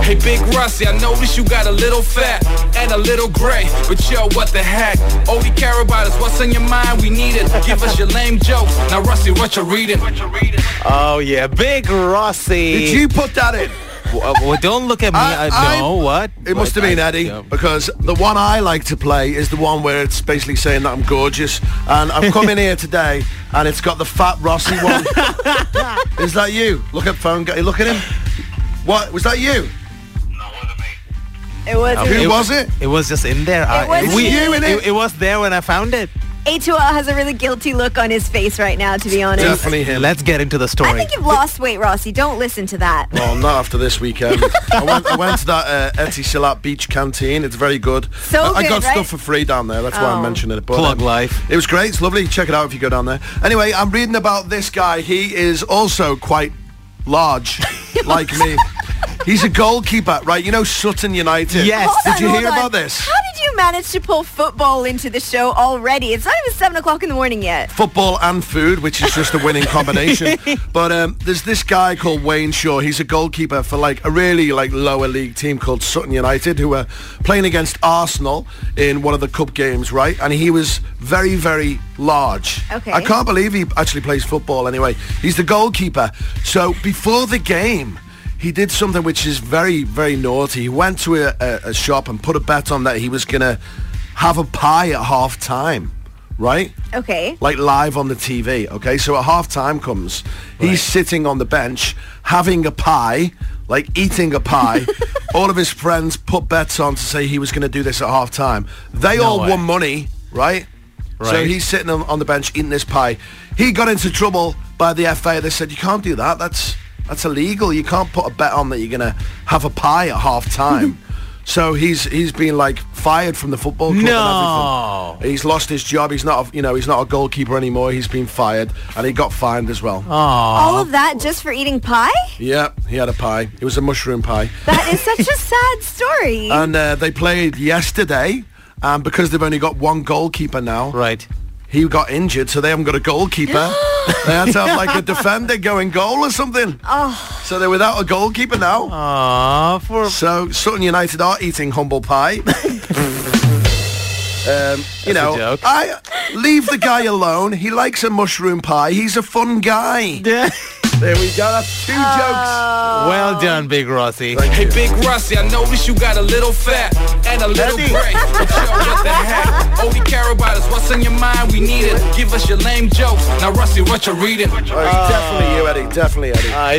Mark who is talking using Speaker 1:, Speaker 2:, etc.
Speaker 1: Hey, Big Rusty, I noticed you got a little fat and a little gray, but yo, what the heck? All we care about is what's on your mind. We need it. Give us your lame jokes. Now, Rusty, what you reading?
Speaker 2: Oh yeah, Big Rossi.
Speaker 3: Did you put that in?
Speaker 2: Well, well, don't look at me.
Speaker 3: I-
Speaker 2: I, no,
Speaker 3: I-
Speaker 2: what?
Speaker 3: It must
Speaker 2: But
Speaker 3: have been
Speaker 2: I-
Speaker 3: Eddie
Speaker 2: yeah.
Speaker 3: because the one I like to play is the one where it's basically saying that I'm gorgeous, and I've come in here today and it's got the fat Rossi one. is that you? Look at phone guy. Look at him. What was that? You?
Speaker 4: It was
Speaker 3: Who was it?
Speaker 2: It was just in there. It
Speaker 4: was
Speaker 2: we,
Speaker 3: you, innit?
Speaker 2: It, was there when I found it.
Speaker 4: A2L has a really guilty look on his face right now, to be honest.
Speaker 3: Definitely him.
Speaker 2: Let's get into the story.
Speaker 4: I think you've lost weight, Rossi. Don't listen to that.
Speaker 3: Oh, not after this weekend. I, went, I went to that uh, Etty Silat Beach canteen. It's very good.
Speaker 4: So
Speaker 3: I, I
Speaker 4: good,
Speaker 3: got
Speaker 4: right?
Speaker 3: stuff for free down there. That's why
Speaker 4: Oh.
Speaker 3: I'm mentioning it. But, um,
Speaker 2: Plug life.
Speaker 3: It was great. It's lovely. Check it out if you go down there. Anyway, I'm reading about this guy. He is also quite large, like me. He's a goalkeeper, right? You know Sutton United.
Speaker 2: Yes.
Speaker 4: Hold
Speaker 3: Did
Speaker 4: on,
Speaker 3: you
Speaker 4: hold
Speaker 3: hear
Speaker 4: on.
Speaker 3: about this?
Speaker 4: How did you manage to pull football into the show already? It's not even 7 o'clock in the morning yet.
Speaker 3: football and food, which is just a winning combination. but um, there's this guy called Wayne Shaw. He's a goalkeeper for like a really like lower league team called Sutton United, who were playing against Arsenal in one of the cup games, right? And he was very, very large.
Speaker 4: Okay.
Speaker 3: I can't believe he actually plays football. Anyway, he's the goalkeeper. So before the game. He did something which is very, very naughty. He went to a, a, a shop and put a bet on that he was going to have a pie at half time, right?
Speaker 4: Okay.
Speaker 3: like live on the TV. Okay, so at half time comes, he's sitting on the bench having a pie, like eating a pie. all of his friends put bets on to say he was going to do this at half time. They all
Speaker 2: way.
Speaker 3: won money, right? So
Speaker 2: Right.
Speaker 3: he's sitting on, on the bench eating this pie. He got into trouble by the FA. They said you can't do that. That's that's illegal. You can't put a bet on that you're going to have a pie at half time. so he's he's been like fired from the football club and
Speaker 2: no.
Speaker 3: everything. He's lost his job. He's not, a, you know, he's not a goalkeeper anymore. He's been fired, and he got fined as well.
Speaker 2: Oh.
Speaker 4: All of that just for eating pie?
Speaker 3: Yeah, he had a pie. It was a mushroom pie,
Speaker 4: That is such a sad story.
Speaker 3: and uh, they played yesterday. And because they've only got one goalkeeper now,
Speaker 2: Right.
Speaker 3: he got injured, so they haven't got a goalkeeper. they had to have like a defender going goal or something.
Speaker 4: oh,
Speaker 3: So they're without a goalkeeper now.
Speaker 2: Aw, for
Speaker 3: So Sutton United are eating humble pie. um, you know,
Speaker 2: joke.
Speaker 3: I leave the guy alone. He likes a mushroom pie. He's a fun guy. Ah.
Speaker 2: Yeah.
Speaker 3: There we go. That's two
Speaker 4: Oh.
Speaker 2: well done, Big Rossi.
Speaker 3: jokes.
Speaker 1: Hey, Big Rusty, I noticed you got a little fat and a little
Speaker 3: Eddie.
Speaker 1: gray. But yo, what the heck? All we care about is what's on your mind. We need it. Give us your lame jokes. Now, Rusty, what you reading?
Speaker 3: Oh, definitely you, Eddie. Definitely Eddie.
Speaker 2: I